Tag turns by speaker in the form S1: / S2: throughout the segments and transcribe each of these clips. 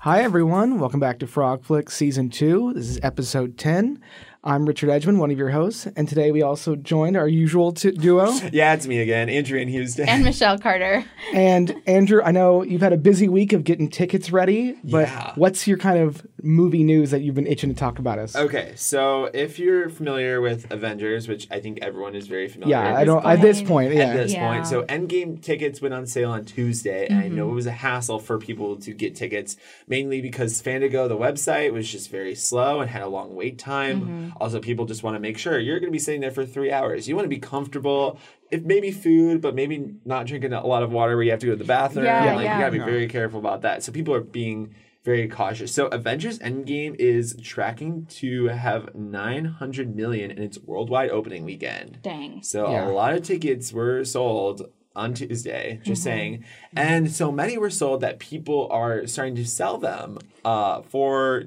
S1: Hi, everyone. Welcome back to Frog Flick Season 2. This is episode 10. I'm Richard Edgman, one of your hosts, and today we also joined our usual t- duo.
S2: Yeah, it's me again, Andrew and Houston.
S3: and Michelle Carter.
S1: And Andrew, I know you've had a busy week of getting tickets ready, but
S2: Yeah.
S1: what's your kind of movie news that you've been itching to talk about us?
S2: okay, so if you're familiar with Avengers, which I think everyone is very familiar
S1: Yeah,
S2: with
S1: I don't at this point,
S2: at
S1: yeah.
S2: this
S3: Yeah. Mm-hmm.
S2: point, so Endgame tickets went on sale on Tuesday, and I know it was a hassle for people to get tickets, mainly because Fandigo, the website, was just very slow and had a long wait time.
S3: Mm-hmm.
S2: Also, people just want to make sure you're going to be sitting there for three hours. You want to be comfortable. If maybe food, but maybe not drinking a lot of water where you have to go to the bathroom.
S3: Yeah,
S2: like
S3: yeah.
S2: you gotta be very careful about that. So people are being very cautious. So Avengers Endgame is tracking to have 900 million in its worldwide opening weekend.
S3: Dang.
S2: So
S1: Yeah.
S2: a lot of tickets were sold on Tuesday, just
S1: Mm-hmm.
S2: saying. And so many were sold that people are starting to sell them uh, for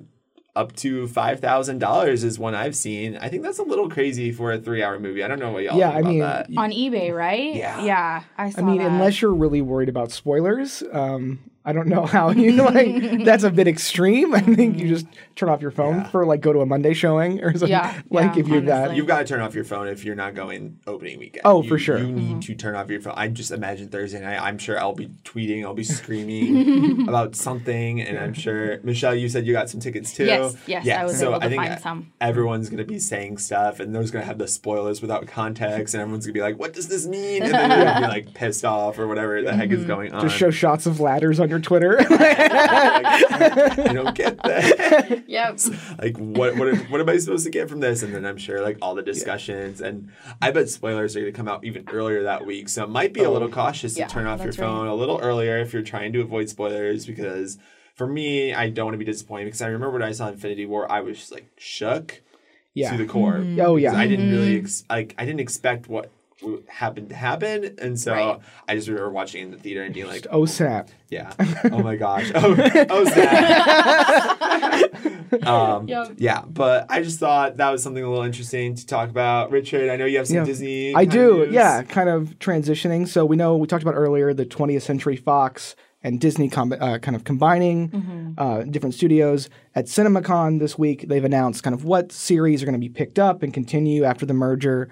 S2: up to $5,000 is one I've seen. I think that's a little crazy for a 3-hour movie. I don't know what y'all
S1: Yeah, I
S2: think
S1: mean,
S2: about that.
S3: On eBay, right?
S2: Yeah.
S3: Yeah. I saw
S1: I mean,
S3: that.
S1: unless you're really worried about spoilers, um, I don't know how you like. That's a bit extreme. I think you just turn off your phone for like go to a Monday showing or something.
S3: Mm-hmm. Yeah,
S1: like
S3: yeah,
S1: if you're that.
S3: honestly.
S2: You've got to turn off your phone if you're not going opening weekend.
S1: Oh,
S2: You-
S1: for sure.
S2: You
S3: Mm-hmm.
S2: need to turn off your phone. I just imagine Thursday night. I'm sure I'll be tweeting. I'll be screaming about something, and I'm sure Michelle, you said you got some tickets too.
S3: Yes, yes, I was
S2: so
S3: able to
S2: I think
S3: find some.
S2: Everyone's gonna be saying stuff, and there's gonna have the spoilers without context, and everyone's gonna be like, "What does this mean?" And then you're gonna be like pissed off or whatever the heck
S3: Mm-hmm.
S2: is going on.
S1: Just show shots of ladders on your Twitter.
S2: I don't get that.
S3: Yep.
S2: like what what am- what am I supposed to get from this? And then I'm sure like all the discussions and I bet spoilers are going to come out even earlier that week. So it might be a
S1: Oh,
S2: little cautious
S3: Yeah,
S2: to turn off your
S3: that's right.
S2: phone a little earlier if you're trying to avoid spoilers because for me I don't want to be disappointed because I remember when I saw Infinity War I was just, like shook
S1: yeah.
S2: to the core.
S3: Mm-hmm.
S1: Oh,
S2: because
S1: yeah.
S2: I didn't really ex- like I didn't expect what w- happened to happen and so
S3: Right.
S2: I just remember watching it in the theater and being like
S1: Oh snap.
S2: yeah. Oh my gosh. Oh, oh snap. um,
S3: Yep.
S2: Yeah, but I just thought that was something a little interesting to talk about. Richard, I know you have some
S1: Yeah.
S2: Disney.
S1: I
S2: kind
S1: do,
S2: of news.
S1: yeah. Kind of transitioning. So we know we talked about earlier the 20th Century Fox and Disney com- uh, kind of combining uh, different studios at CinemaCon this week. They've announced kind of what series are going to be picked up and continue after the merger.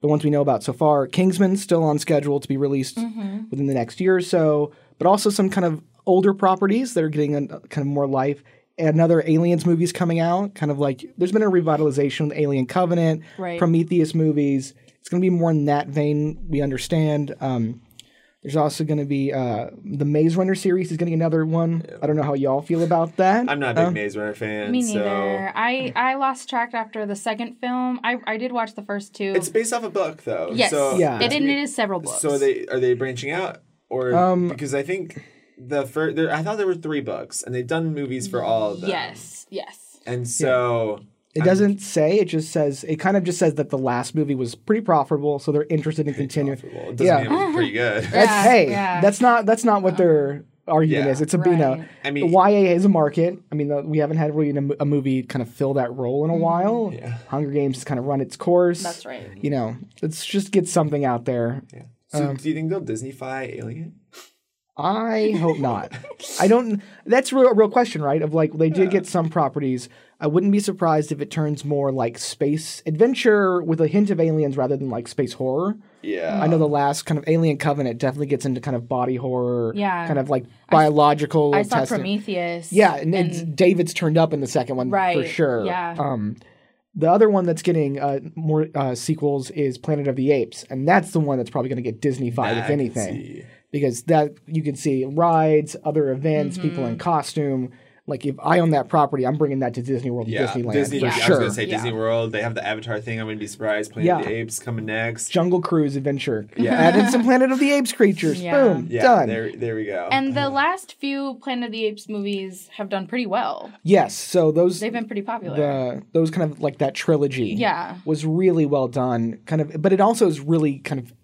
S1: The ones we know about so far, Kingsman's still on schedule to be released within the next year or so, but also some kind of older properties that are getting a, kind of more life. Another Aliens movies coming out, kind of like there's been a revitalization with Alien Covenant,
S3: Right.
S1: Prometheus movies. It's going to be more in that vein. We understand. Um, there's also going to be uh, the Maze Runner series is going to be another one. I don't know how y'all feel about that.
S2: I'm not a big Maze Runner fan.
S3: Me
S2: so
S3: neither. I, I lost track after the second film. I, I did watch the first two.
S2: It's based off a book, though.
S3: yes.
S2: So,
S1: Yeah.
S3: It, and it is several books.
S2: So are they are they branching out or
S1: Um,
S2: because I think the first there, I thought there were three books and they've done movies for all of them.
S3: Yes. Yes.
S2: And so
S1: it doesn't say. It just says. It kind of just says that the last movie was pretty profitable, so they're interested in continuing.
S2: well, it doesn't
S1: Yeah.
S2: mean it was pretty good.
S1: That's,
S3: Yeah,
S1: hey,
S3: yeah.
S1: that's not that's not what their argument
S2: Yeah.
S1: is. It's a you know,
S3: Right.
S2: I mean-
S1: YA is a market. I mean, the, we haven't had really a, mo- a movie kind of fill that role in a while.
S2: Yeah.
S1: Hunger Games has kind of run its course.
S3: Mm-hmm. That's right.
S1: You know, let's just get something out there.
S2: Yeah. So
S1: Um,
S2: do you think they'll Disneyfy Alien?
S1: I hope not. I don't. That's a real, real question, right? Of like, they did get some properties. I wouldn't be surprised if it turns more like space adventure with a hint of aliens rather than like space horror.
S2: Yeah.
S3: Oh.
S1: I know the last kind of Alien Covenant definitely gets into kind of body horror,
S3: Yeah.
S1: kind of like biological
S3: I saw
S1: testing.
S3: Prometheus.
S1: Yeah, and, it's, David's turned up in the second one for
S3: Right,
S1: sure.
S3: yeah.
S1: Um, the other one that's getting uh, more uh, sequels is Planet of the Apes, and that's the one that's probably going to get Disney fied if
S2: I can
S1: anything,
S2: see.
S1: because that you can see rides, other events, people
S3: Mm-hmm.
S1: in costume. Like if I own that property, I'm bringing that to Disney World, and
S2: Yeah,
S1: Disneyland
S2: Disney.
S1: for
S2: I was
S1: sure.
S2: gonna say
S3: Yeah.
S2: Disney World. They have the Avatar thing. I'm gonna be surprised. Planet of
S1: Yeah.
S2: the Apes coming next.
S1: Jungle Cruise adventure.
S2: Yeah.
S1: Add in some Planet of the Apes creatures.
S3: Yeah.
S1: Boom.
S2: yeah,
S1: done.
S2: There, there we go.
S3: And the last few Planet of the Apes movies have done pretty well.
S1: Yes. So those
S3: They've been pretty popular.
S1: the those kind of like that trilogy
S3: Yeah.
S1: was really well done kind of but it also is really kind of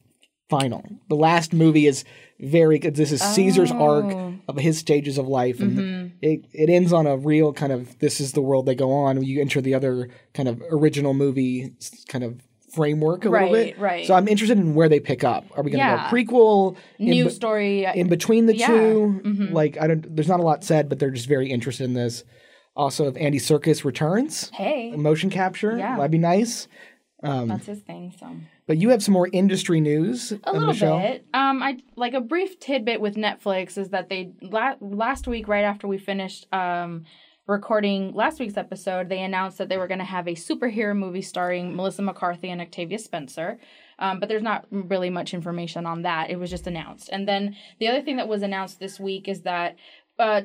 S1: final the last movie is very good this is caesar's
S3: Oh.
S1: arc of his stages of life and
S3: Mm-hmm.
S1: it, it ends on a real kind of this is the world they go on you enter the other kind of original movie s- kind of framework a little
S3: Right,
S1: bit.
S3: right.
S1: So I'm interested in where they pick up. Are we going to
S3: Yeah.
S1: go prequel?
S3: New
S1: in, be-
S3: story.
S1: in between the
S3: Yeah. Mm-hmm.
S1: 2 Like I don't. There's not a lot said, but they're just very interested in this. Also, if Andy Circus returns,
S3: hey,
S1: motion capture,
S3: Yeah.
S1: that'd be nice.
S3: that's his thing. So.
S1: But you have some more industry news,
S3: A
S1: uh,
S3: little
S1: Michelle.
S3: bit. Um, I like a brief tidbit with Netflix is that they la- last week, right after we finished um, recording last week's episode, they announced that they were going to have a superhero movie starring Melissa McCarthy and Octavia Spencer. Um, but there's not really much information on that. It was just announced. And then the other thing that was announced this week is that uh,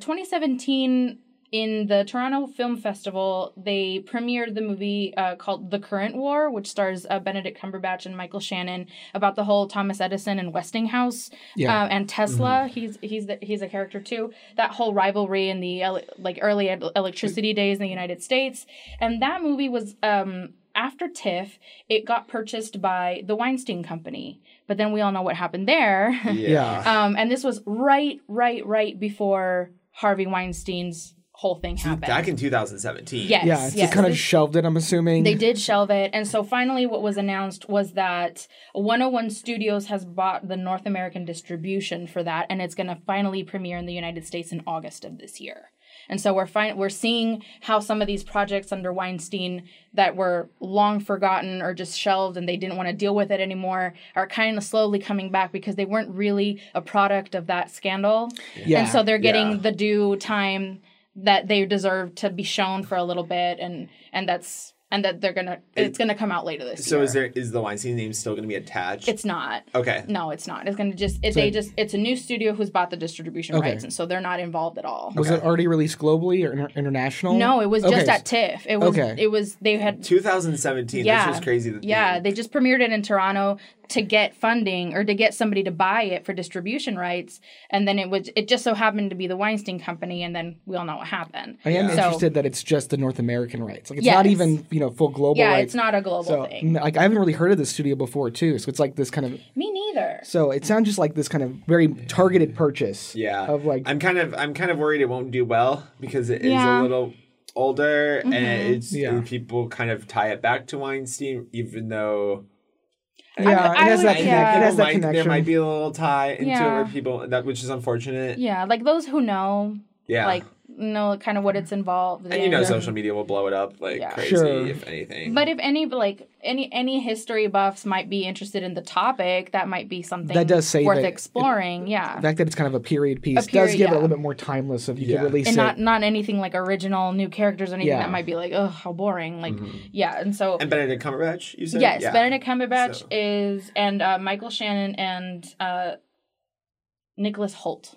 S3: 2017 in the Toronto Film Festival, they premiered the movie uh, called The Current War, which stars uh, Benedict Cumberbatch and Michael Shannon about the whole Thomas Edison and Westinghouse
S1: Yeah.
S3: uh, and Tesla. He's he's the, he's a character too. That whole rivalry in the ele- like early ed- electricity days in the United States, and that movie was um, after TIFF. It got purchased by the Weinstein Company, but then we all know what happened there.
S1: Yeah.
S3: Um, and this was right, right, right before Harvey Weinstein's whole thing happened.
S2: Back in 2017.
S3: yes,
S1: Yeah, so
S3: yes.
S1: kind of
S3: This-
S1: shelved it. I'm assuming.
S3: they did shelve it. And so finally, what was announced was that 101 Studios has bought the North American distribution for that, and it's going to finally premiere in the United States in August of this year. And so we're fin- we're seeing how some of these projects under Weinstein that were long forgotten or just shelved and they didn't want to deal with it anymore are kind of slowly coming back because they weren't really a product of that scandal.
S1: Yeah.
S3: And so they're getting
S2: Yeah.
S3: the due time that they deserve to be shown for a little bit and and that's and that they're gonna it's gonna come out later this
S2: So
S3: year.
S2: is there is the Weinstein name still going to be attached?
S3: it's not.
S2: okay.
S3: No, it's not. It's gonna just it, they just it's a new studio who's bought the distribution
S1: Okay.
S3: rights and so they're not involved at all.
S1: Was it already released globally or inter- international?
S3: No, it was
S1: Okay,
S3: just
S1: so-
S3: at TIFF. It was
S1: Okay.
S3: it was they had
S2: 2017.
S3: yeah,
S2: This was crazy. that
S3: yeah,
S2: they-
S3: they just premiered it in Toronto to get funding or to get somebody to buy it for distribution rights, and then it was it just so happened to be the Weinstein Company, and then we all know what happened.
S1: I am
S3: So-
S1: interested that it's just the North American rights. Like it's not
S3: Yes.
S1: even you know full global.
S3: Yeah,
S1: rights.
S3: it's not a global
S1: So
S3: thing.
S1: n- like I haven't really heard of this studio before too. So it's like this kind of
S3: Me neither.
S1: so it sounds just like this kind of very targeted purchase.
S2: Yeah.
S1: Of like
S2: I'm kind of I'm kind of worried it won't do well because it is
S3: Yeah. Mm-hmm.
S2: a little older and it's
S1: Yeah.
S2: and people kind of tie it back to Weinstein even though
S1: yeah,
S3: would- I
S1: it has
S3: would-
S1: that
S2: I
S1: connect- it
S2: think
S3: yeah.
S2: people
S1: has that
S2: might- there
S1: connection.
S2: might be a little tie into it
S3: Yeah.
S2: where people that which is unfortunate.
S3: Yeah, like those who know,
S2: Yeah.
S3: like know kind of what it's involved.
S2: and you know
S3: in.
S2: social media will blow it up like
S3: Yeah.
S2: crazy
S1: Sure.
S2: if anything.
S3: But if any like any any history buffs might be interested in the topic, that might be something
S1: That does save
S3: worth
S1: it.
S3: exploring. yeah,
S1: the fact that it's kind of a period piece
S3: period,
S1: does give it a
S3: yeah.
S1: little bit more timeless if you
S2: Yeah.
S1: could release
S3: and
S1: it.
S3: not not anything like original new characters or anything
S1: Yeah.
S3: that might be like oh how boring. Like
S1: Mm-hmm.
S3: yeah, and so
S2: Mm-hmm. and Benedict Cumberbatch, you said?
S3: yes,
S2: Yeah.
S3: Benedict Cumberbatch
S2: So-
S3: is and uh, Michael Shannon and uh, Nicholas Holt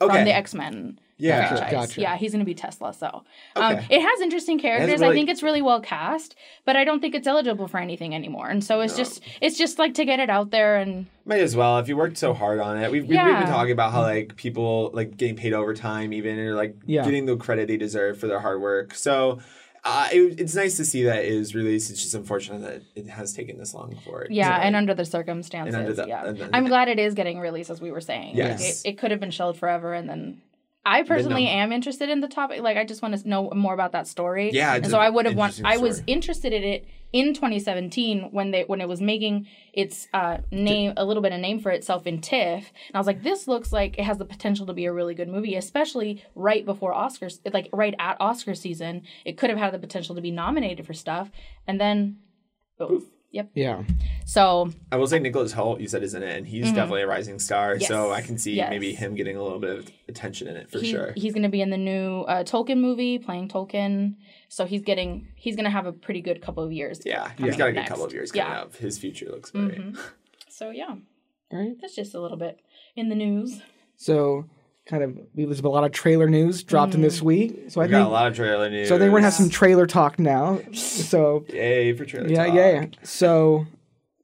S2: okay.
S3: from the X Men.
S2: yeah.
S1: Gotcha.
S3: franchise. Yeah, he's gonna be Tesla. So um,
S2: Okay.
S3: it has interesting characters. I
S2: really-
S3: think it's really well cast, but I don't think it's eligible for anything anymore. And so it's just it's just like to get it out there and
S2: Might as well if you worked so hard on it. We've, we've- we've
S3: Yeah.
S2: been talking about how like people like getting paid overtime even or like
S1: Yeah.
S2: getting the credit they deserve for their hard work. So uh, it, it's nice to see that it is released. It's just unfortunate that it has taken this long for it.
S3: yeah,
S2: to-
S3: and under the circumstances,
S2: the-
S3: yeah.
S2: and the-
S3: I'm glad it is getting released, as we were saying. Like,
S2: Yes.
S3: it, it could have been shelved forever, and then I personally am interested in the topic. Like, I just want to know more about that story.
S2: Yeah,
S3: and
S2: it's
S3: so
S2: an
S3: I would have want.
S2: interesting
S3: I was
S2: story.
S3: interested in it in 2017 when they when it was making its uh name a little bit of name for itself in TIFF, and I was like, this looks like it has the potential to be a really good movie, especially right before Oscars, like right at Oscar season. It could have had the potential to be nominated for stuff, and then, boom. Yep.
S1: yeah.
S3: So
S2: I will say Nicholas Holt, you said, is in it, and he's definitely a rising star. So I can see
S3: Mm-hmm. Yes.
S2: maybe him getting a little bit of attention in it for
S3: he-
S2: sure.
S3: He's going to be in the new uh, Tolkien movie, playing Tolkien. So he's getting he's going to have a pretty good couple of years.
S2: yeah, he's got a
S3: coming up
S2: good
S3: next.
S2: couple of years
S3: Yeah. Mm-hmm.
S2: coming up. His future looks great.
S3: So yeah,
S1: Right.
S3: that's just a little bit in the news.
S1: So kind of there's been a lot of trailer news dropped in this
S3: Mm.
S1: week. So I
S2: We got a
S1: think
S2: lot of trailer news.
S1: so I think we're gonna have some trailer talk now. So
S2: yay for trailer.
S1: yeah,
S2: talk.
S1: yeah, yeah. So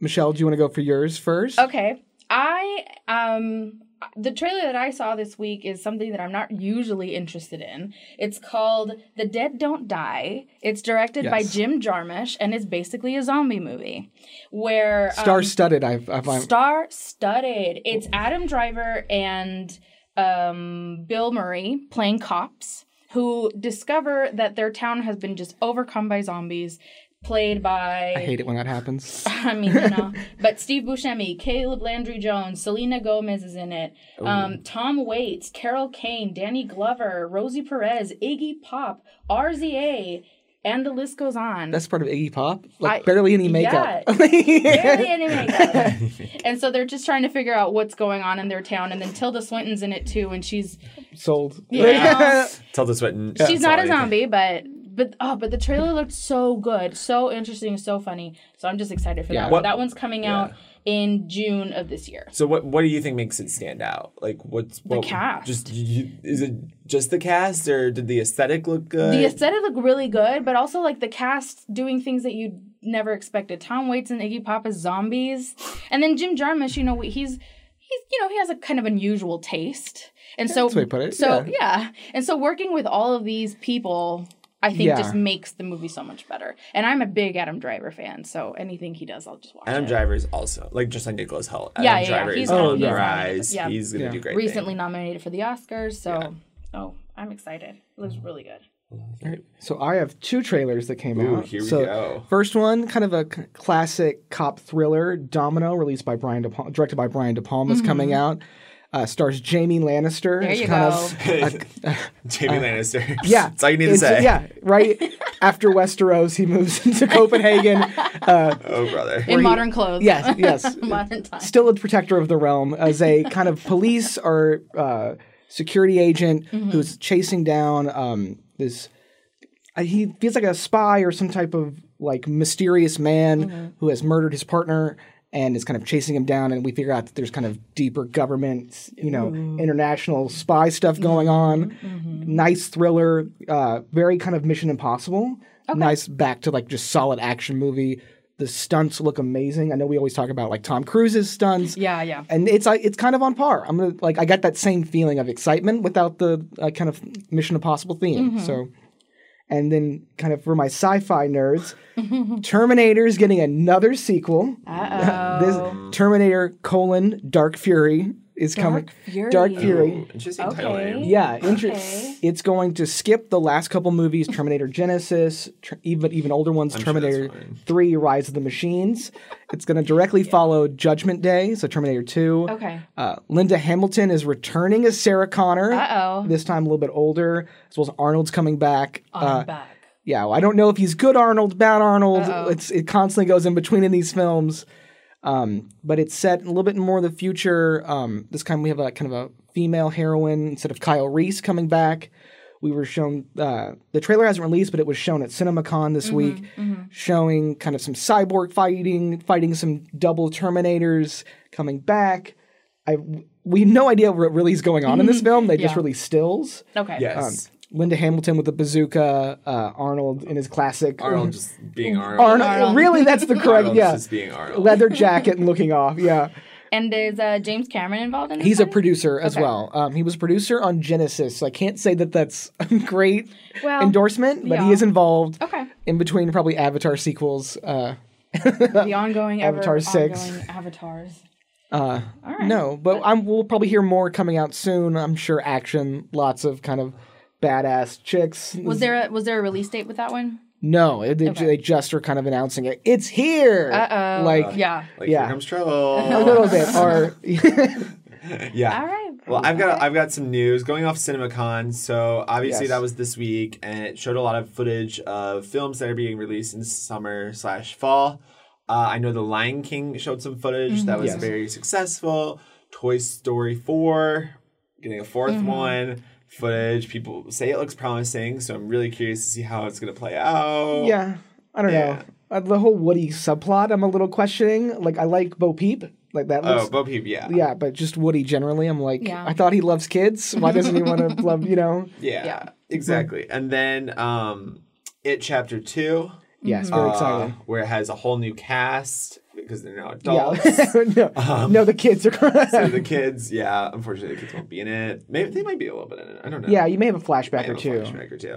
S1: Michelle, do you want to go for yours first?
S3: Okay, I um the trailer that I saw this week is something that I'm not usually interested in. It's called The Dead Don't Die. It's directed by
S1: Yes.
S3: Jim Jarmusch and is basically a zombie movie where um,
S1: Star-studded. I've, I've, I've
S3: star studded. It's Adam Driver and um, Bill Murray playing cops who discover that their town has been just overcome by zombies. played by
S1: I hate it when that happens.
S3: I mean, you know, but Steve Buscemi, Caleb Landry Jones, Selena Gomez is in it. Um, Tom Waits, Carol Kane, Danny Glover, Rosie Perez, Iggy Pop, RZA, and the list goes on.
S1: That's part of Iggy Pop. Like
S3: I-
S1: barely any makeup.
S3: barely any makeup. and so they're just trying to figure out what's going on in their town. And then Tilda Swinton's in it too, and she's
S1: Sold.
S3: Yeah.
S2: Tell this button.
S3: she's not a zombie, but but oh, but the trailer looked so good, so interesting, so funny. So I'm just excited for
S1: Yeah.
S3: that.
S1: What-
S3: one. that one's coming out in June of this year.
S2: So what what do you think makes it stand out? Like what's what,
S3: cast.
S2: Just you, is it just the cast or did the aesthetic look good?
S3: The aesthetic looked really good, but also like the cast doing things that you never expected. Tom Waits and Iggy Pop as zombies, and then Jim Jarmusch. You know, he's he's you know he has a kind of unusual taste, and so
S1: that's the way to put it,
S3: So
S1: yeah.
S3: yeah. and so working with all of these people. I think
S1: Yeah.
S3: just makes the movie so much better. And I'm a big Adam Driver fan, so anything he does, I'll just watch.
S2: Adam
S3: it.
S2: Driver is also like just like Nicholas Holt.
S3: Yeah,
S2: Adam
S3: yeah, yeah.
S2: Driver
S3: He's
S2: is
S3: gonna
S2: on
S1: be
S2: the
S1: nominated.
S2: rise.
S3: Yeah.
S2: He's gonna
S1: Yeah.
S2: do great.
S3: recently nominated for the Oscars, so oh, I'm excited. It looks really good.
S1: So I have two trailers that came
S2: Ooh,
S1: out.
S2: here we
S1: So
S2: go.
S1: First one, kind of a c- classic cop thriller, Domino, released by Brian De Palma, directed by Brian De Palma, is coming out. Uh, stars Jamie Lannister.
S3: Mm-hmm. There
S1: It's
S3: you
S1: kind
S3: go.
S1: Of,
S2: Jamie Lannister.
S1: Uh, yeah,
S2: that's all you need to
S1: It's-
S2: say.
S1: Yeah, right after Westeros, he moves into Copenhagen.
S2: Oh brother.
S3: In modern clothes.
S1: Yes, yes.
S3: modern time.
S1: Still a protector of the realm as a kind of police or uh, security agent
S3: Mm-hmm.
S1: who's chasing down um, this. uh, He feels like a spy or some type of like mysterious man who has murdered his partner and is kind of chasing him down. And we figure out that there's kind of deeper government, you know, international spy stuff going on. Nice thriller, uh, very kind of Mission Impossible. Nice back to like just solid action movie. The stunts look amazing. I know we always talk about like Tom Cruise's stunts
S3: Yeah, yeah.
S1: and it's like it's kind of on par. I'm gonna like I got that same feeling of excitement without the uh, kind of Mission Impossible theme.
S3: Mm-hmm.
S1: So, and then kind of for my sci-fi nerds, Terminator is getting another sequel.
S3: Uh-oh.
S1: This Terminator colon Dark Fury is coming.
S3: Fury.
S1: Dark Fury.
S2: Ooh, Interesting title
S3: Okay.
S2: name.
S1: Yeah, inter-
S3: Okay.
S1: it's going to skip the last couple movies: Terminator Genesis, tr- even even older ones,
S2: sure that's
S1: Terminator
S2: fine.
S1: Three: Rise of the Machines. It's going to directly follow Judgment Day, so Terminator Two.
S3: Okay.
S1: Uh, Linda Hamilton is returning as Sarah Connor.
S3: Uh-oh.
S1: This time a little bit older, as well as Arnold's coming back.
S3: I'm
S1: Uh,
S3: back.
S1: yeah, well, I don't know if he's good Arnold, bad Arnold. It's it constantly goes in between in these films. Um, but it's set a little bit more in the future. Um, this time we have a kind of a female heroine instead of Kyle Reese coming back. We were shown uh, the trailer hasn't released, but it was shown at CinemaCon this week, showing kind of some cyborg fighting, fighting some double Terminators coming back. I we have no idea what really is going on in this film. They just
S3: Yeah.
S1: released stills.
S3: Okay.
S2: Yes.
S1: Linda Hamilton with the bazooka, uh, Arnold in his classic
S2: Arnold just being Arnold.
S1: um, Arnold.
S3: Arnold.
S1: Really, that's the correct.
S2: Arnold's
S1: yeah,
S2: just being Arnold.
S1: leather jacket and looking off. Yeah,
S3: And is uh, James Cameron involved in this?
S1: he's a
S3: one?
S1: producer as
S3: Okay.
S1: well. Um, he was producer on Genesis. So I can't say that that's a great
S3: Well,
S1: endorsement, but he
S3: yeah.
S1: is involved
S3: Okay.
S1: in between probably Avatar sequels. Uh,
S3: The ongoing ever-
S1: Avatar six.
S3: Ongoing avatars. Uh,
S1: No, but I'm, we'll probably hear more coming out soon. I'm sure action, lots of kind of badass chicks.
S3: Was there a was there a release date with that one?
S1: no, it- they, they just are kind of announcing it. It's here.
S3: Uh-oh.
S1: Like
S3: Yeah.
S2: Uh, Like
S1: Yeah.
S2: here comes
S1: a
S2: trouble.
S1: little bit. Or
S2: yeah.
S3: All right.
S2: Well, I've got I've got some news going off CinemaCon. So obviously
S1: Yes.
S2: that was this week, and it showed a lot of footage of films that are being released in summer slash fall. Uh, I know The Lion King showed some footage that was
S1: Mm-hmm. Yes.
S2: very successful. Toy Story Four, getting a 4th
S3: Mm-hmm.
S2: one. Footage people say it looks promising, so I'm really curious to see how it's gonna play out.
S1: Yeah, I don't
S2: Yeah.
S1: know. Uh, the whole Woody subplot, I'm a little questioning. Like, I like Bo Peep, like that.
S2: Oh,
S1: Looks,
S2: Bo Peep, yeah.
S1: yeah, but just Woody generally, I'm like,
S3: Yeah.
S1: I thought he loves kids. Why doesn't he want to love? You know?
S2: Yeah,
S3: Yeah.
S2: exactly. And then um, it chapter two,
S1: Yes, very
S2: uh,
S1: exciting.
S2: where it has a whole new cast because they're now adults.
S1: Yeah, no,
S2: um,
S1: no, the kids are.
S2: so the kids, yeah, unfortunately, the kids won't be in it. Maybe they might be a little bit in it. I don't know.
S1: yeah, you may have a flashback
S2: I
S1: or
S2: have a
S1: two.
S2: flashback or two.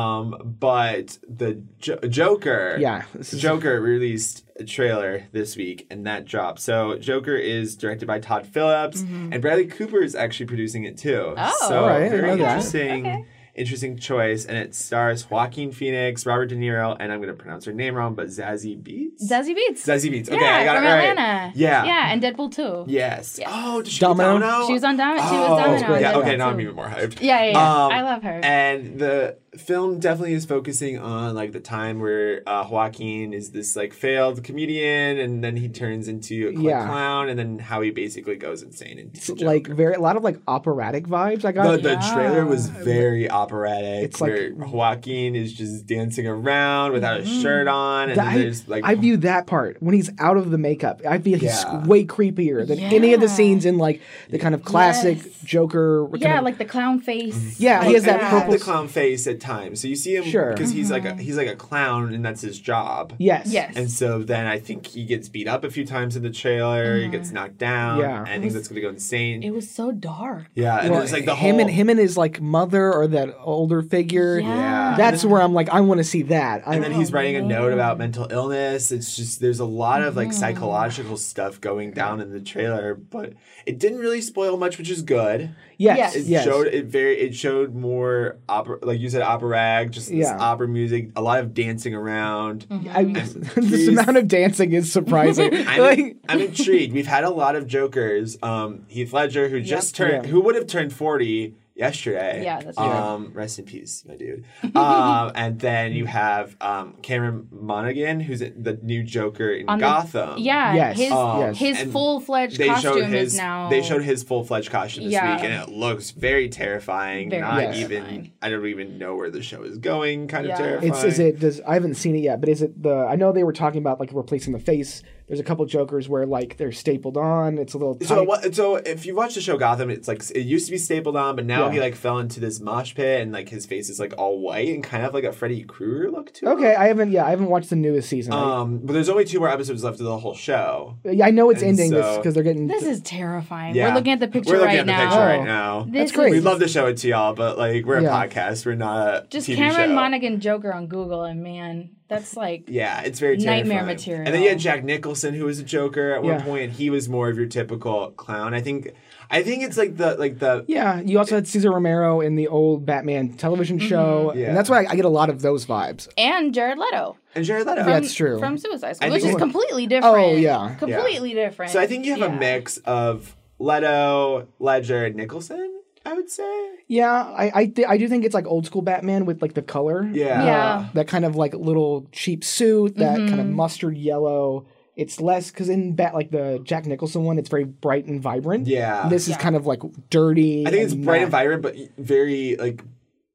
S2: Um, but the jo- Joker,
S1: Yeah, this is-
S2: Joker released a trailer this week, and that dropped. So Joker is directed by Todd Phillips, and Bradley Cooper is actually producing it too.
S3: Mm-hmm. Oh,
S2: so
S1: Alright, I
S2: very
S1: know that.
S2: interesting. Interesting choice, and it stars Joaquin Phoenix, Robert De Niro, and I'm gonna pronounce her name wrong, but Zazie Beats.
S3: Zazie Beats.
S2: Zazie Beats. Okay,
S3: yeah,
S2: I got
S3: from
S2: it right.
S3: Atlanta.
S2: Yeah.
S3: Yeah, and Deadpool 2.
S2: Yes.
S3: Yes.
S2: Oh, did she
S1: Domino?
S2: do Domino?
S3: She was on Domino. She
S2: Oh,
S3: was
S1: That's
S3: Domino.
S1: great.
S3: on
S2: Yeah.
S1: Domino
S2: Okay, now
S3: Deadpool
S2: I'm
S3: 2.
S2: even more hyped.
S3: Yeah, yeah, yeah.
S2: Um,
S3: I love her.
S2: And the film definitely is focusing on like the time where uh, Joaquin is this like failed comedian, and then he turns into a quick
S1: Yeah.
S2: clown, and then how he basically goes insane. And
S1: It's like very a lot of like operatic vibes. I
S2: the,
S1: got
S2: the
S3: Yeah.
S2: trailer was very operatic.
S1: It's like-
S2: where Joaquin is just dancing around without
S3: Mm-hmm.
S2: a shirt on, and
S1: That-
S2: then
S1: I-
S2: there's like
S1: I view that part when he's out of the makeup. I feel he's
S2: Yeah.
S1: way creepier than any of the
S3: Yeah.
S1: scenes in like the kind of classic
S3: Yes.
S1: Joker. Kind
S3: yeah,
S1: of,
S3: like the clown face.
S1: Yeah, he
S3: Like,
S1: has that
S2: and
S3: yeah.
S1: purple-
S2: the clown face at times. So you see him
S1: Sure.
S2: because he's like a
S3: Mm-hmm.
S2: he's like a clown, and that's his job.
S1: yes,
S3: Yes.
S2: And so then I think he gets beat up a few times in the trailer. He gets knocked down.
S1: Mm-hmm. Yeah.
S2: And I think that's gonna go insane.
S3: It was so dark.
S2: yeah, and
S1: Well,
S2: there's like the
S1: him
S2: whole
S1: and him and his like mother or that older figure.
S3: Yeah.
S2: Yeah.
S1: That's where I'm like, I want to see that. I,
S2: and then he's writing a note about mental illness. It's just there's a lot of like psychological stuff going down in the trailer, but it didn't really spoil much, which is good.
S1: yes,
S3: Yes.
S2: It
S1: yes.
S2: showed it very it showed more opera like you said operatic, just this
S1: Yeah.
S2: opera music, a lot of dancing around.
S1: I, this amount of dancing is surprising.
S2: I'm,
S1: like,
S2: I'm intrigued. We've had a lot of jokers. Um, Heath Ledger, who just
S1: Yep.
S2: turned,
S1: Yeah.
S2: who would have turned forty yesterday.
S3: Yeah, that's true.
S2: um, Rest in peace, my dude. um, and then you have um, Cameron Monaghan, who's the new Joker in
S3: On the-
S2: Gotham.
S3: Yeah.
S1: Yes,
S3: His,
S1: Um, yes.
S3: his
S2: and
S3: full fledged
S2: They showed
S3: costume
S2: his.
S3: is now.
S2: They showed his full fledged costume this
S3: Yeah.
S2: week, and it looks very terrifying.
S3: Very
S2: Not
S1: Yes.
S2: even.
S3: terrifying.
S2: I don't even know where the show is going. Kind
S3: Yeah.
S2: of terrifying.
S1: It's is it does I haven't seen it yet, but is it the I know they were talking about like replacing the face. There's a couple jokers where like they're stapled on. It's a little tight.
S2: So what, so if you watch the show Gotham, it's like it used to be stapled on, but now
S1: Yeah.
S2: he like fell into this mosh pit and like his face is like all white and kind of like a Freddy Krueger look to
S1: okay,
S2: It.
S1: I haven't yeah, I haven't watched the newest season. I-
S2: Um, but there's only two more episodes left of the whole show.
S1: yeah, I, know it's
S2: and
S1: ending this
S2: so-
S1: because they're getting
S3: This is terrifying.
S2: Yeah.
S3: We're looking at the picture
S2: We're looking
S3: right
S2: at the
S3: now.
S2: picture
S1: Oh.
S2: right now.
S3: This
S1: great.
S2: We'd
S3: is
S2: love to show it to y'all, but like we're
S1: Yeah.
S2: a podcast. We're not a
S3: just
S2: TV
S3: Cameron
S2: show.
S3: Monaghan Joker on Google, and man, that's like
S2: Yeah, it's very
S3: Nightmare
S2: terrifying.
S3: material.
S2: And then you had Jack Nicholson, who was a Joker at one
S1: Yeah.
S2: point, and he was more of your typical clown. I think, I think it's like the like the
S1: Yeah, you also had Cesar Romero in the old Batman television show.
S2: Mm-hmm. Yeah.
S1: And that's why I, I get a lot of those vibes.
S3: and Jared Leto.
S2: and Jared Leto.
S1: Yeah, it's true.
S3: From Suicide
S2: I
S3: Squad, which
S2: think-
S3: is completely different.
S1: Oh, yeah.
S3: completely different.
S2: So I think you have
S3: Yeah.
S2: a mix of Leto, Ledger, and Nicholson. I would say.
S1: Yeah, I I, th- I do think it's like old school Batman with like the color.
S2: Yeah.
S3: Yeah.
S1: That kind of like little cheap suit, that kind
S3: Mm-hmm.
S1: of mustard yellow. It's less because in bat like the Jack Nicholson one, it's very bright and vibrant.
S2: Yeah.
S1: This is
S3: Yeah.
S1: kind of like dirty.
S2: I think it's bright and
S1: not-
S2: vibrant, but very like,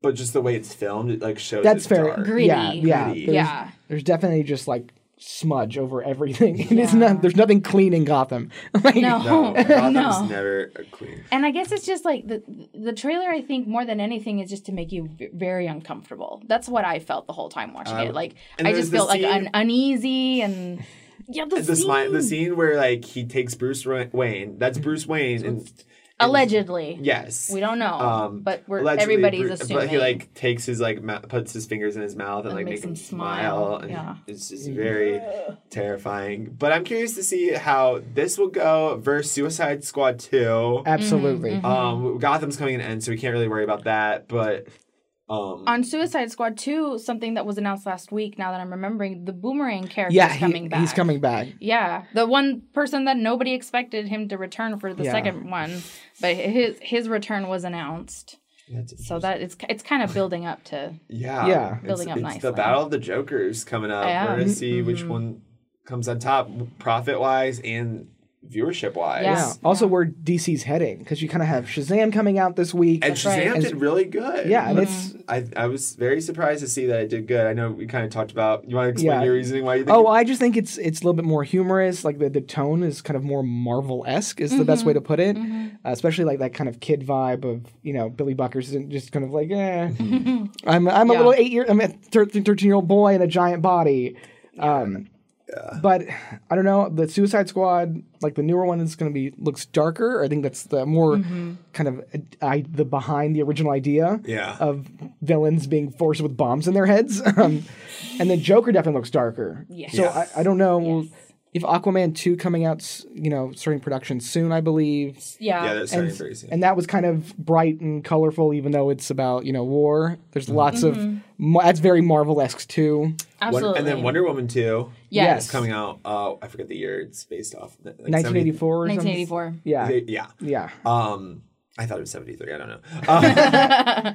S2: but just the way it's filmed, it like shows.
S1: That's
S2: it's
S1: fair.
S2: dark.
S3: Gritty.
S1: Yeah, yeah.
S2: Gritty.
S1: There's,
S3: Yeah.
S1: There's definitely just like smudge over everything. And it's not. There's nothing clean in Gotham. Like,
S2: No,
S3: No,
S2: Gotham's
S3: no.
S2: never a clean.
S3: And I guess it's just like the the trailer. I think more than anything is just to make you v- very uncomfortable. That's what I felt the whole time watching it. Like
S2: Um, and
S3: I
S2: there's
S3: just
S2: the
S3: felt like
S2: scene-
S3: un- uneasy and yeah, the,
S2: The
S3: scene,
S2: scene, the scene where like he takes Bruce Ra- Wayne. That's Bruce Wayne, and
S3: allegedly.
S2: yes,
S3: we don't know,
S2: Um,
S3: but we're
S2: Allegedly,
S3: everybody's
S2: Bruce-
S3: assuming.
S2: But he like takes his like ma- puts his fingers in his mouth and, like makes him smile. and
S3: yeah.
S2: It's just very terrifying. But I'm curious to see how this will go versus Suicide Squad Two.
S3: Mm-hmm.
S1: Absolutely.
S2: Um, Gotham's coming to an end, so we can't really worry about that. But um,
S3: on Suicide Squad 2, something that was announced last week, now that I'm remembering, the boomerang character
S1: yeah,
S3: is
S1: he-
S3: Mm-hmm. coming back.
S1: he's coming back.
S3: Yeah, the one person that nobody expected him to return for the
S1: Yeah.
S3: second one, but his his return was announced.
S2: that's-
S3: So that it's it's kind of building up to
S2: yeah,
S1: Yeah.
S2: it's-
S3: Building up
S2: it's The
S3: nicely.
S2: Battle of the Jokers coming up.
S3: Yeah. Mm-hmm.
S2: We're gonna see which one comes on top, profit wise and viewership wise.
S3: Yeah.
S1: Yeah. Also, where DC's heading, because you kind of have Shazam coming out this week.
S2: And
S3: right.
S2: Shazam
S1: And-
S2: did really good.
S1: yeah, and
S3: Mm-hmm.
S1: it's
S2: I, I was very surprised to see that I did good. I know we kind of talked about. You want to explain
S1: Yeah.
S2: your reasoning why you think?
S1: oh,
S2: it-
S1: well, I just think it's it's a little bit more humorous. Like the, the tone is kind of more Marvel esque is the best way to put it. Uh, especially like that kind of kid vibe of you know Billy Buckers and just kind of like eh. I'm I'm a
S3: Yeah.
S1: little eight year I'm a 13, 13 year old boy in a giant body. Um, But I don't know the Suicide Squad, like the newer one, is going to be looks darker. I think that's the more kind of uh, I, the behind the original idea
S2: Yeah.
S1: of villains being forced with bombs in their heads. Um, and the Joker definitely looks darker.
S3: Yes.
S1: So I, I don't know.
S3: Yes.
S1: you have Aquaman two coming out, s- you know, starting production soon, I believe.
S3: Yeah.
S2: yeah, that's
S1: And,
S2: starting very soon.
S1: and that was kind of bright and colorful, even though it's about you know war. There's
S2: Mm-hmm.
S1: lots
S3: Mm-hmm.
S1: of mo- that's very Marvel esque too.
S2: Wonder-
S3: absolutely.
S2: and then Wonder Woman two.
S3: Yes.
S2: is coming out. Uh, I forget the year it's based off. Like
S1: 1984. Or something.
S3: 1984.
S1: Yeah,
S2: 70 Yeah.
S1: yeah.
S2: Um, I thought it was 73. I don't know.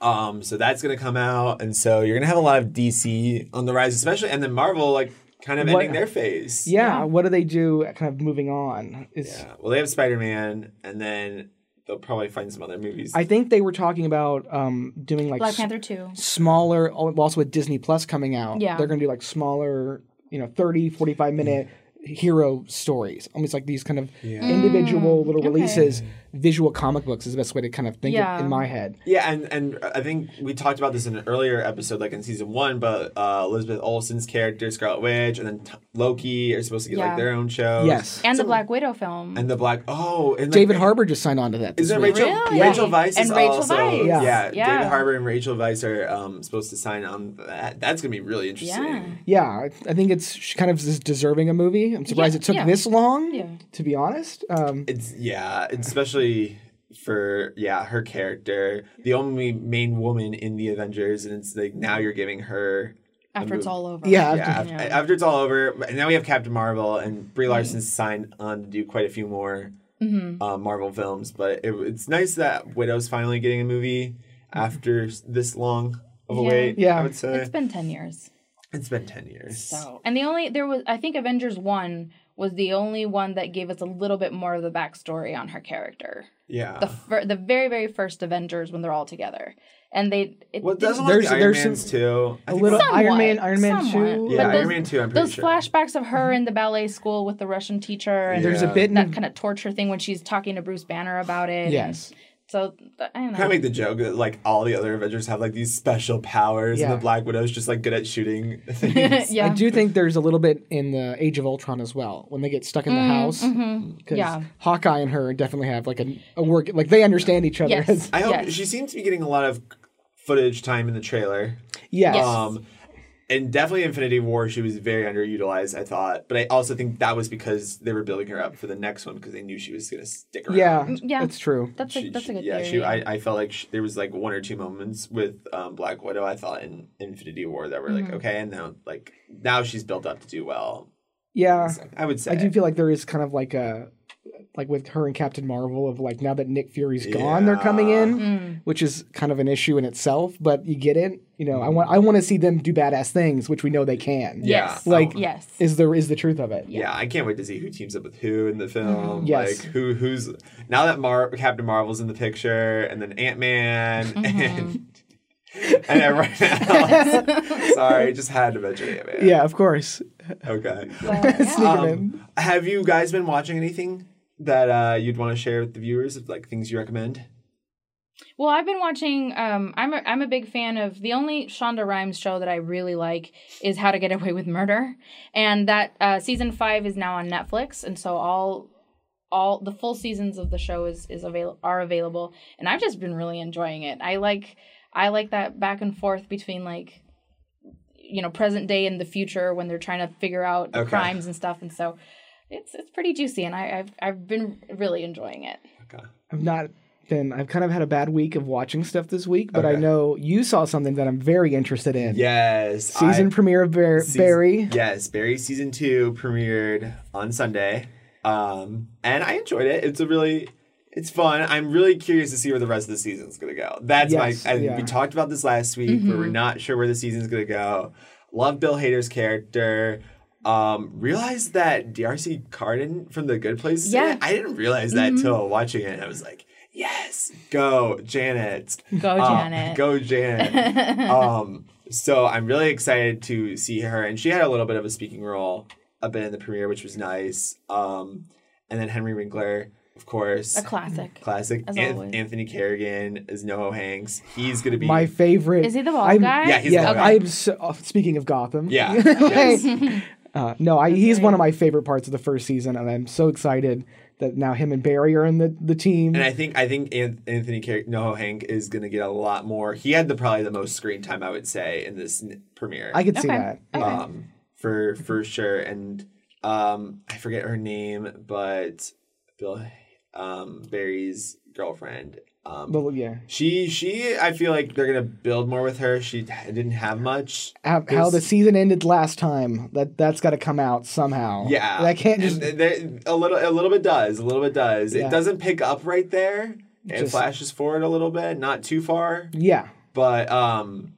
S2: Um, um, so that's going to come out. And so you're going to have a lot of DC on the rise, especially. And then Marvel, like, kind of
S1: What-
S2: ending their phase.
S1: yeah, What do they do? Kind of moving on. Is
S2: Yeah. Well, they have Spider Man, and then they'll probably find some other movies.
S1: I think they were talking about um, doing like
S3: Black
S1: s-
S3: Panther 2.
S1: smaller oh, also with disney plus coming out
S3: Yeah.
S1: they're going to do like smaller you know 30 45 minute hero stories almost like these kind of
S3: Mm.
S1: individual little releases visual comic books is the best way to kind of think
S3: Yeah.
S1: it in my head
S2: yeah, and, and I think we talked about this in an earlier episode, like in season one, but uh, Elizabeth Olsen's character, Scarlet Witch, and then t- Loki are supposed to get
S3: Yeah.
S2: like their own shows.
S1: Yes.
S3: And the Black Widow film.
S2: And the Black. Oh, and like,
S1: david harbour just signed on to that this
S2: Is that
S1: week.
S2: Rachel?
S3: Really?
S2: Rachel Vice
S3: And
S2: is
S3: Raichel
S2: also
S3: Weisz.
S2: yeah.
S1: Yeah.
S3: Yeah.
S2: David Harbour and Rachel Vice are um, supposed to sign on. That that's gonna be really interesting.
S3: yeah.
S1: yeah I- i think it's she kind of is deserving a movie i'm surprised
S3: Yeah,
S1: it took
S3: yeah.
S1: this long
S3: Yeah.
S1: to be honest um,
S2: It's yeah, it's especially for yeah her character, the only main woman in the Avengers, and it's like now you're giving her. a
S3: After it's
S2: move-
S3: all over.
S1: Yeah.
S2: Yeah, after,
S3: Yeah. Mm-hmm.
S2: after it's all over, and now we have Captain Marvel and Brie Larson's signed on to do quite a few more uh, Marvel films. But it, it's nice that Widow's finally getting a movie after s- this long of a
S3: Yeah.
S2: wait.
S1: Yeah.
S2: I would say
S3: It's been 10 years.
S2: It's been 10 years.
S3: So, and the only there was I think Avengers 1 was the only one that gave us a little bit more of the backstory on her character.
S2: yeah.
S3: The fir- the very very first Avengers when they're all together. And they it
S2: well, it
S3: didn't-
S2: doesn't look
S1: There's-
S2: like Iron
S1: there's some-
S2: Man's too.
S1: a
S2: I think-
S1: little iron
S3: Somewhat,
S1: man iron man
S3: somewhat.
S1: 2
S2: Yeah,
S3: but
S2: Iron
S3: those-
S2: Man too, I'm pretty
S3: those
S2: sure.
S3: flashbacks of her in the ballet school with the Russian teacher and
S1: there's
S2: Yeah.
S1: a bit in
S3: that kind of torture thing when she's talking to Bruce Banner about it. and
S1: yes
S3: So th- I don't
S2: Kind of
S3: know.
S2: make the joke that like all the other Avengers have like these special powers,
S1: Yeah.
S2: and the Black Widow's just like good at shooting things.
S1: I
S3: yeah.
S1: do think there's a little bit in the Age of Ultron as well when they get stuck in the house. Because
S3: Mm, mm-hmm. Yeah.
S1: Hawkeye and her definitely have like a, a work, like they understand each other.
S3: Yes.
S1: as-
S2: I hope
S3: Yes.
S2: she seems to be getting a lot of footage time in the trailer.
S1: yes.
S3: Yes.
S2: Um, and definitely Infinity War, she was very underutilized, I thought. But I also think that was because they were building her up for the next one because they knew she was gonna stick around.
S1: yeah.
S3: yeah.
S1: That's true.
S3: Mm, That's
S2: She-
S3: a, that's
S2: she-
S3: a good
S2: yeah,
S3: theory.
S2: she. I, I felt like she, there was like one or two moments with um, Black Widow. I thought in Infinity War that were
S3: Mm-hmm.
S2: like okay, and now like now she's built up to do well.
S1: Yeah.
S2: I would say.
S1: I do feel like there is kind of like a, like with her and Captain Marvel, of like now that Nick Fury's gone, they're coming in,
S3: Mm.
S1: which is kind of an issue in itself, but you get it. You know, I want I want to see them do badass things, which we know they can.
S2: yeah,
S3: Yes.
S1: Like,
S3: yes.
S1: is the, is the truth of it.
S2: yeah. I can't wait to see who teams up with who in the film.
S1: Mm-hmm. Yes.
S2: Like who who's now that Mar- Captain Marvel's in the picture, and then Ant Man
S1: Mm-hmm.
S2: and. and everyone else. Sorry, just had to mention Ant Man.
S1: Yeah, of course.
S2: Okay.
S3: But, yeah.
S1: Sneak 'em in.
S2: Um, have you guys been watching anything that uh, you'd want to share with the viewers of like things you recommend?
S3: Well, I've been watching. Um, I'm a, I'm a big fan of the only Shonda Rhimes show that I really like is How to Get Away with Murder, and that uh, season five is now on Netflix, and so all all the full seasons of the show is is avail- are available, and I've just been really enjoying it. I like I like that back and forth between like you know present day and the future when they're trying to figure out the
S2: Okay.
S3: crimes and stuff, and so it's it's pretty juicy, and I, I've I've been really enjoying it.
S2: Okay.
S1: I've not been. I've kind of had a bad week of watching stuff this week, but I
S2: Okay.
S1: know you saw something that I'm very interested in.
S2: Yes.
S1: Season
S2: I-
S1: premiere of Bar-
S2: season-
S1: Barry.
S2: Yes, Barry season two premiered on Sunday, um, and I enjoyed it. It's a really, it's fun. I'm really curious to see where the rest of the season's gonna go. That's
S1: Yes,
S2: my. I,
S1: yeah. Mm-hmm.
S2: We talked about this last week, where we're not sure where the season's gonna go. Love Bill Hader's character. Um, realized that DRC Carden from The Good Place. is in
S3: Yeah.
S2: it. I didn't realize that
S1: Mm-hmm.
S2: till watching it. I was like, yes, go Janet.
S3: Go
S2: Uh,
S3: Janet.
S2: go Janet. um, so I'm really excited to see her, and she had a little bit of a speaking role a bit in the premiere, which was nice. Um, and then Henry Winkler, of course,
S3: A classic.
S2: classic.
S3: as
S2: An-
S3: always.
S2: Anthony Kerrigan is Noah Hanks. He's gonna be
S1: My favorite.
S3: Is he the bald
S1: I'm-
S3: guy?
S2: Yeah, he's the
S1: yeah,
S2: bald guy.
S1: I'm so, oh, speaking of Gotham.
S2: Yeah, yes.
S1: Uh, no, I, he's one of my favorite parts of the first season, and I'm so excited that now him and Barry are in the, the team.
S2: and I think I think An- Anthony Ker- Noah Hank is gonna get a lot more. He had the probably the most screen time I would say in this n- premiere.
S1: I could see
S3: Okay.
S1: that.
S3: Okay.
S2: um, for for sure. And um, I forget her name, but Bill um, Barry's girlfriend. Um,
S1: But yeah,
S2: she she I feel like they're gonna build more with her. She didn't have much.
S1: how, how the
S2: There's-
S1: season ended last time that that's got to come out somehow.
S2: Yeah,
S1: that can't just.
S2: And there- a little a little bit does a little bit does.
S1: Yeah.
S2: It doesn't pick up right there. It
S1: Just-
S2: flashes forward a little bit, not too far,
S1: yeah,
S2: but um,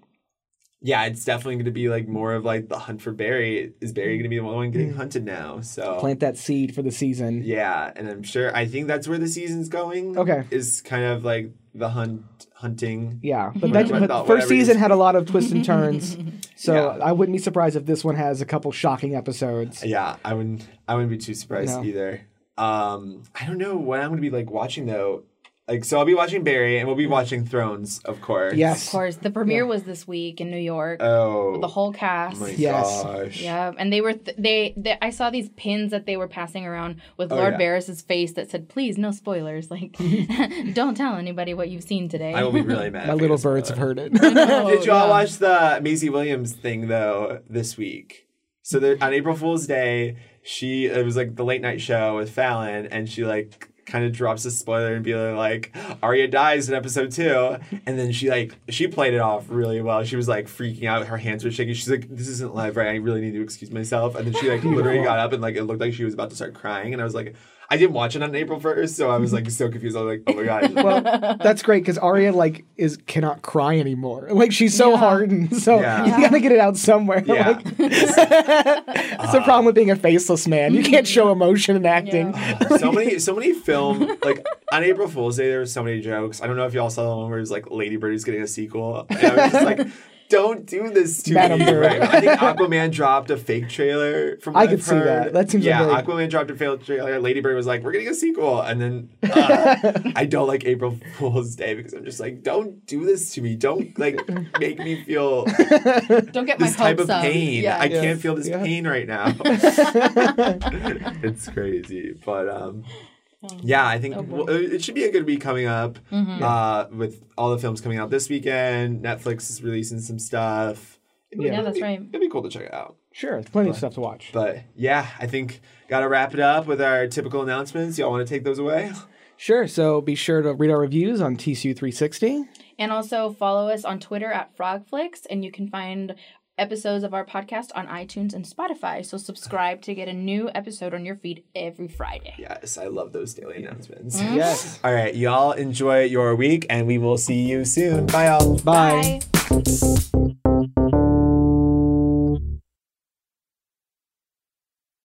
S2: yeah, it's definitely going to be like more of like the hunt for Barry. Is Barry going to be the one
S1: Mm.
S2: getting hunted now? So
S1: plant that seed for the season.
S2: yeah, and I'm sure I think that's where the season's going.
S1: Okay.
S2: is kind of like the hunt hunting.
S1: Yeah, but,
S2: Whatever
S1: that,
S2: I
S1: but
S2: thought,
S1: first
S2: whatever you
S1: season had a lot of twists and turns, so
S2: Yeah.
S1: I wouldn't be surprised if this one has a couple shocking episodes.
S2: Yeah, I wouldn't. I wouldn't be too surprised
S1: No.
S2: either. Um, I don't know what I'm gonna be like watching though. Like, so I'll be watching Barry, and we'll be watching Thrones, of course.
S1: Yes.
S3: Of course, the premiere was this week in New York.
S2: Oh.
S3: the whole cast.
S2: my
S1: Yes.
S2: gosh.
S3: Yeah, and they were th- they, they I saw these pins that they were passing around with Lord
S2: Oh, yeah.
S3: Barris's face that said, "Please, no spoilers. Like, don't tell anybody what you've seen today."
S2: I will be really mad.
S1: My
S2: if I
S1: little
S2: get a
S1: birds have
S2: spoiler.
S1: heard it.
S3: Oh,
S2: Did you all
S3: yeah.
S2: watch the Maisie Williams thing though this week? So there, on April Fool's Day, she it was like the late night show with Fallon, and she like kind of drops a spoiler and be like, Arya dies in episode two, and then she like she played it off really well. She was like freaking out, her hands were shaking. She's like, "This isn't live, right? I really need to excuse myself." And then she like literally got up and like it looked like she was about to start crying, and I was like. I didn't watch it on April first, so I was like so confused. I was like, "Oh my god!"
S1: well, that's great because Arya like is cannot cry anymore. Like she's so hardened, so
S2: Yeah.
S1: you gotta get it out somewhere.
S2: Yeah. Uh,
S1: Like, that's the problem with being a faceless man. You can't show emotion in acting.
S2: so many, so many film like on April Fool's Day. There were so many jokes. I don't know if y'all saw the one where it was like Lady Bird is getting a sequel. And I was just like, don't do this to
S1: Madam
S2: me.
S1: Bird.
S2: Right? now." I think Aquaman dropped a fake trailer. From what
S1: I
S2: I've
S1: could see that.
S2: heard.
S1: That seems like
S2: yeah.
S1: very-
S2: Aquaman dropped a fake trailer. Lady Bird was like, we're getting a sequel, and then uh, I don't like April Fool's Day because I'm just like, don't do this to me. Don't like make me feel
S3: Don't get
S2: this
S3: my
S2: type of
S3: hopes up.
S2: pain.
S3: Yeah.
S2: I
S1: Yeah.
S2: can't feel this
S1: Yeah.
S2: pain right now. it's crazy, but um, yeah, I think
S3: Oh. boy. Mm-hmm.
S2: well, it it should be a good week coming up. Uh, with all the films coming out this weekend, Netflix is releasing some stuff.
S1: Yeah.
S3: Yeah, that's right.
S2: It'd be cool to check it out.
S1: Sure, there's plenty of stuff to watch.
S2: But yeah, I think gotta wrap it up with our typical announcements. Y'all want to take those away?
S1: Sure, so be sure to read our reviews on TCU360.
S3: And also follow us on Twitter at Frogflix, and you can find episodes of our podcast on iTunes and Spotify. So subscribe to get a new episode on your feed every Friday.
S2: Yes, I love those daily announcements.
S3: Mm-hmm.
S1: Yes.
S2: All right, y'all enjoy your week, and we will see you soon. Bye, all.
S1: Bye.
S3: Bye.